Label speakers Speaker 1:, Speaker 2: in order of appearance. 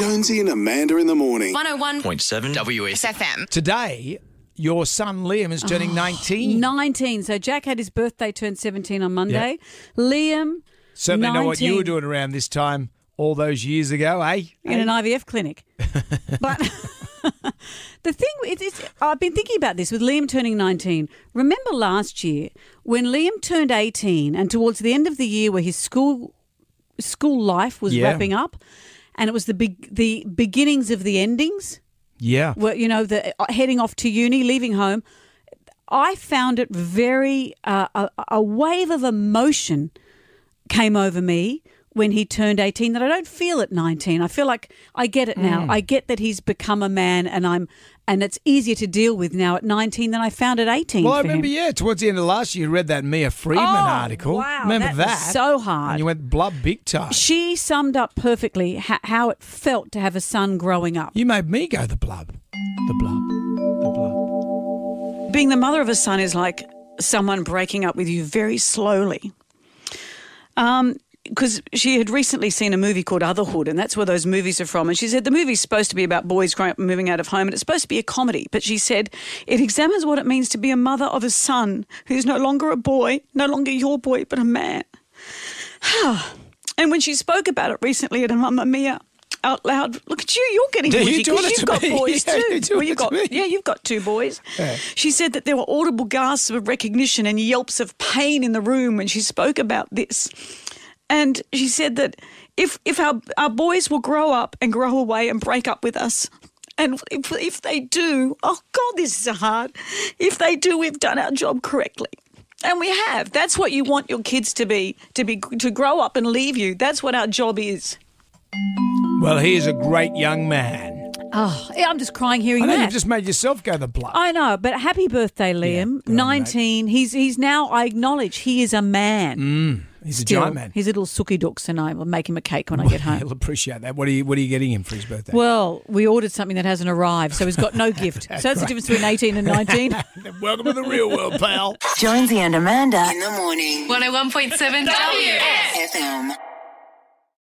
Speaker 1: Jonesy and Amanda in the morning.
Speaker 2: 101
Speaker 3: 101.7 WS.
Speaker 2: SFM.
Speaker 4: Today, your son Liam is
Speaker 5: Oh,
Speaker 4: turning 19.
Speaker 5: 19. So Jack had his birthday, turned 17 on Monday. Liam
Speaker 4: Certainly know what you were
Speaker 5: 19.
Speaker 4: doing around this time all those years ago, eh?
Speaker 5: in an IVF clinic. but the thing is, is, I've been thinking about this with Liam turning 19. Remember last year when Liam turned 18 and towards the end of the year where his school school life was
Speaker 4: Yeah.
Speaker 5: wrapping up and it was the big the beginnings of the endings
Speaker 4: Yeah.
Speaker 5: were you know the uh, heading off to uni leaving home i found it very uh, a, a wave of emotion came over me when he turned 18 that i don't feel at 19 i feel like i get it now
Speaker 4: Mm.
Speaker 5: i get that he's become a man and i'm and it's easier to deal with now at 19 than i found at 18
Speaker 4: Well, I
Speaker 5: for
Speaker 4: remember,
Speaker 5: him.
Speaker 4: yeah, towards the end of last year, you read that Mia Friedman
Speaker 5: Oh,
Speaker 4: article.
Speaker 5: wow,
Speaker 4: remember
Speaker 5: that
Speaker 4: that?
Speaker 5: was so
Speaker 4: And
Speaker 5: hard.
Speaker 4: you went blood big time.
Speaker 5: she summed up perfectly ho- how it felt to have a son growing up
Speaker 4: You made me go the blub. The blub. The blub.
Speaker 6: Being the mother of a son is like someone breaking up with you very slowly. Because Um, she had recently seen a movie called Otherhood, and that's where those movies are from. And she said the movie's supposed to be about boys growing up and moving out of home, and it's supposed to be a comedy. But she said it examines what it means to be a mother of a son who's no longer a boy, no longer your boy, but a man. and when she spoke about it recently at a Mamma Mia out loud, look at you, you're getting
Speaker 4: Yeah,
Speaker 6: naughty
Speaker 4: you're doing
Speaker 6: 'cause
Speaker 4: it
Speaker 6: you've
Speaker 4: to
Speaker 6: got
Speaker 4: me.
Speaker 6: boys
Speaker 4: Yeah,
Speaker 6: too.
Speaker 4: you're doing
Speaker 6: well,
Speaker 4: it
Speaker 6: you've
Speaker 4: to
Speaker 6: got
Speaker 4: me.
Speaker 6: yeah, you've got two boys.
Speaker 4: Yeah.
Speaker 6: She said that there were audible gasps of recognition and yelps of pain in the room when she spoke about this. And she said that if if our, our boys will grow up and grow away and break up with us, and if, if they do, oh God, this is hard. If they do, we've done our job correctly. And we have. That's what you want your kids to be, to be to grow up and leave you. That's what our job is.
Speaker 4: Well, he is a great young man.
Speaker 5: oh yeah, i'm just crying hearing
Speaker 4: I know
Speaker 5: that
Speaker 4: you've just made yourself go the blub.
Speaker 5: I know, but happy birthday, Liam.
Speaker 4: good on you, mate.
Speaker 5: 19. he's he's now, I acknowledge, he is a man.
Speaker 4: Mm, He's a
Speaker 5: still.
Speaker 4: giant man.
Speaker 5: He's little sookie dooks, and I will make him a cake when I get home.
Speaker 4: He'll appreciate that. What are you What are you getting him for his birthday?
Speaker 5: Well, we ordered something that hasn't arrived, so he's got no gift. so that's the difference between 18 and 19.
Speaker 4: Welcome to the real world, pal.
Speaker 7: Jonesy and Amanda.
Speaker 2: Morning. 101.7 WS.
Speaker 7: FM.